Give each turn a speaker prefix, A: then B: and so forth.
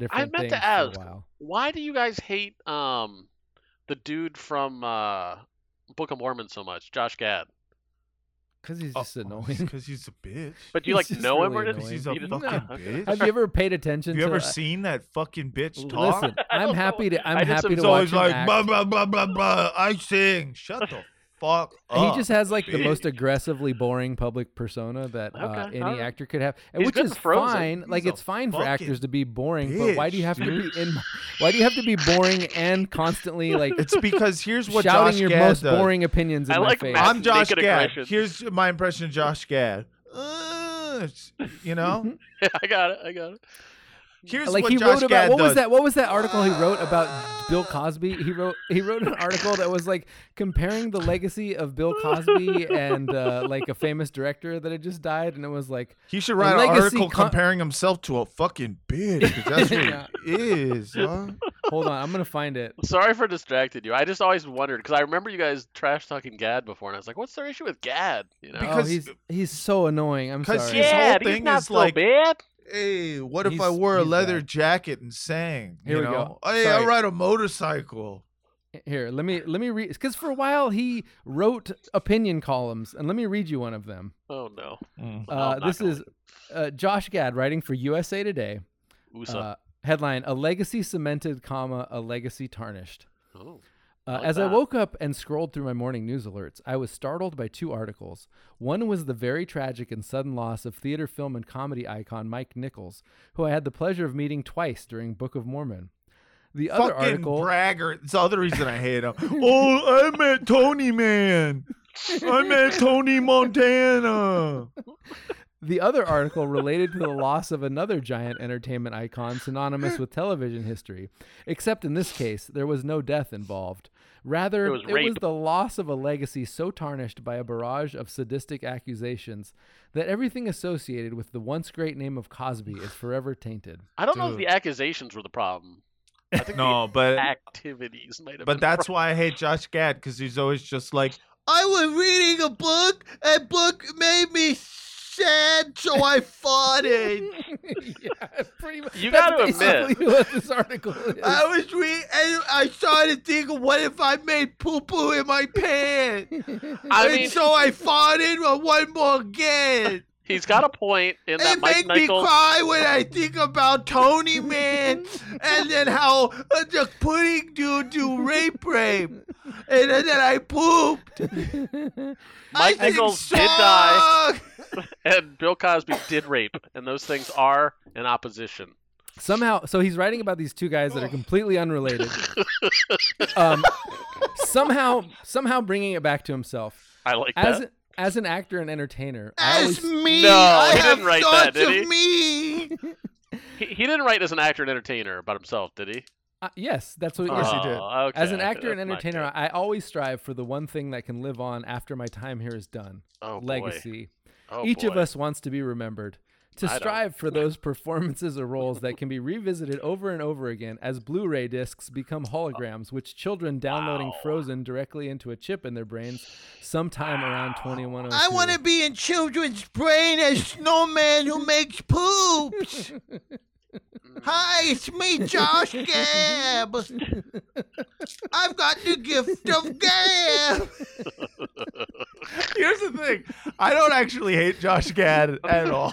A: I
B: different
A: meant
B: things
A: to
B: for
A: ask,
B: a while.
A: why do you guys hate um the dude from uh Book of Mormon so much, Josh Gad?
B: Because
C: Oh,
B: he's just annoying.
C: Because he's a bitch.
A: But do you
B: He's
A: like
B: just
A: know him
B: really
A: or
C: Because
A: just
B: annoying.
C: he's a
A: you
C: fucking
A: didn't- Ah, okay.
C: bitch.
B: Have you ever paid attention
C: Have you
B: to uh,
C: ever seen that fucking bitch
B: L-
C: talk?
B: Listen,
A: I
B: I'm
A: don't
B: happy
A: know.
B: to I'm
A: I just
B: happy
A: am
B: to
C: It's
A: so
B: watch
C: always
B: him
C: like
B: act.
C: blah blah blah blah blah. I sing. Shut the fuck up.
B: he just has like the most
C: oh, bitch.
B: aggressively boring public persona that uh,
A: Okay,
B: any
A: alright.
B: actor could have, and
A: He's
B: which
A: good
B: is
A: in Frozen.
B: fine. Like
C: He's a
B: it's fine for
C: fucking
B: actors to be boring, but why do you
C: bitch,
B: have to
C: dude.
B: be in? Why do you have to be boring and constantly like
C: It's because here's what
B: shouting
C: Josh
B: your
C: Gad
B: most
C: does.
B: boring opinions in
A: I
B: my
A: like
B: face?
A: Matt-
C: I'm Josh
A: Naked
C: Gad.
A: aggression.
C: Here's my impression of Josh Gad. Uh, you know,
A: I got it. I got it.
C: here's
B: like
C: what
B: he
C: Josh
B: wrote about
C: Gad
B: what was
C: does.
B: that what was that article he wrote about Bill Cosby? He wrote he wrote an article that was like comparing the legacy of Bill Cosby and uh, like a famous director that had just died, and it was like
C: He should
B: A
C: write an
B: legacy
C: article
B: con-
C: comparing himself to a fucking bitch. 'cause That's what
B: Yeah.
C: he is. Huh?
B: hold on, I'm gonna find it. Oh,
A: Sorry for distracting you. I just always wondered because I remember you guys trash talking Gad before, and I was like, "What's their issue with Gad?" You know,
C: Because-
B: oh, he's he's so annoying. I'm
C: 'cause
B: sorry.
C: his he's- whole
A: Gad,
C: thing
A: not
C: is
A: so
C: like-
A: bad.
C: Hey, what if I
B: He's-
C: wore a
B: he's
C: leather
B: bad.
C: jacket and sang?
B: Here
C: you
B: we
C: know?
B: go.
C: Hey, I
B: Sorry.
C: ride a motorcycle.
B: Here, let me let me read because for a while he wrote opinion columns, and let me read you one of them.
A: Oh no,
C: Mm.
A: Well,
B: Uh,
A: not
B: this
A: gonna
B: is uh, Josh Gad writing for USA Today.
A: Usa.
B: Uh, headline: A legacy cemented, comma a legacy tarnished.
A: oh.
B: Uh,
A: Like
B: as I
A: that.
B: woke up and scrolled through my morning news alerts, I was startled by two articles. One was the very tragic and sudden loss of theater, film, and comedy icon Mike Nichols, who I had the pleasure of meeting twice during Book of Mormon. The other
C: fucking
B: article,
C: braggart. It's the other reason I hate him. oh, I met Tony Man. I met Tony Montana.
B: the other article related to the loss of another giant entertainment icon synonymous with television history. Except in this case, there was no death involved. Rather,
A: It was
B: it was
A: rape.
B: the loss of a legacy so tarnished by a barrage of sadistic accusations that everything associated with the once great name of Cosby is forever tainted.
A: I don't know if
C: Dude.
A: the accusations were the problem. I think
C: No,
A: the
C: but
A: activities might have.
C: but
A: been
C: that's why I hate Josh Gad because he's always just like, I was reading a book, and book made me sad, so I fought it.
B: yeah, pretty much.
A: You
B: that's
A: gotta admit-
B: basically what this article is.
C: I was reading, and I started thinking, what if I made poo poo in my pants?
A: wrong. I
C: and
A: mean,
C: so I fought it one more again.
A: he's got a point in that
C: It
A: Mike
C: make me
A: Nichols.
C: cry when I think about Tony Man and then how uh, the pudding dude do rape rape. And then I pooped. I
A: Mike
C: think
A: Nichols did die,
C: suck.
A: and Bill Cosby did rape, and those things are in opposition.
B: Somehow, so he's writing about these two guys that are completely unrelated. um, somehow, somehow bringing it back to himself
A: I like
B: as
A: that.
B: as an actor and entertainer. I
C: That's
B: always-
C: me.
A: No,
C: I
A: he
C: have
A: didn't write
C: thoughts
A: that, did he?
C: of me.
A: He, he didn't write as an actor and entertainer about himself, did he?
B: uh, yes, that's what.
C: course he
B: yes.
C: did.
A: Oh, okay,
B: As an
A: okay,
B: actor and
A: that's my
B: entertainer,
A: bad.
B: I always strive for the one thing that can live on after my time here is done:
A: oh, boy.
B: legacy.
A: Oh,
B: Each of
A: boy.
B: us wants to be remembered. To
A: I don't.
B: strive for those performances or roles that can be revisited over and over again as Blu ray discs become holograms, which children downloading
A: Wow.
B: Frozen directly into a chip in their brains sometime around 2102.
C: I want to be in children's brain as snowman who makes poops. Hi, it's me, Josh Gab. I've got the gift of gab. Here's the thing I don't actually hate Josh Gad at all.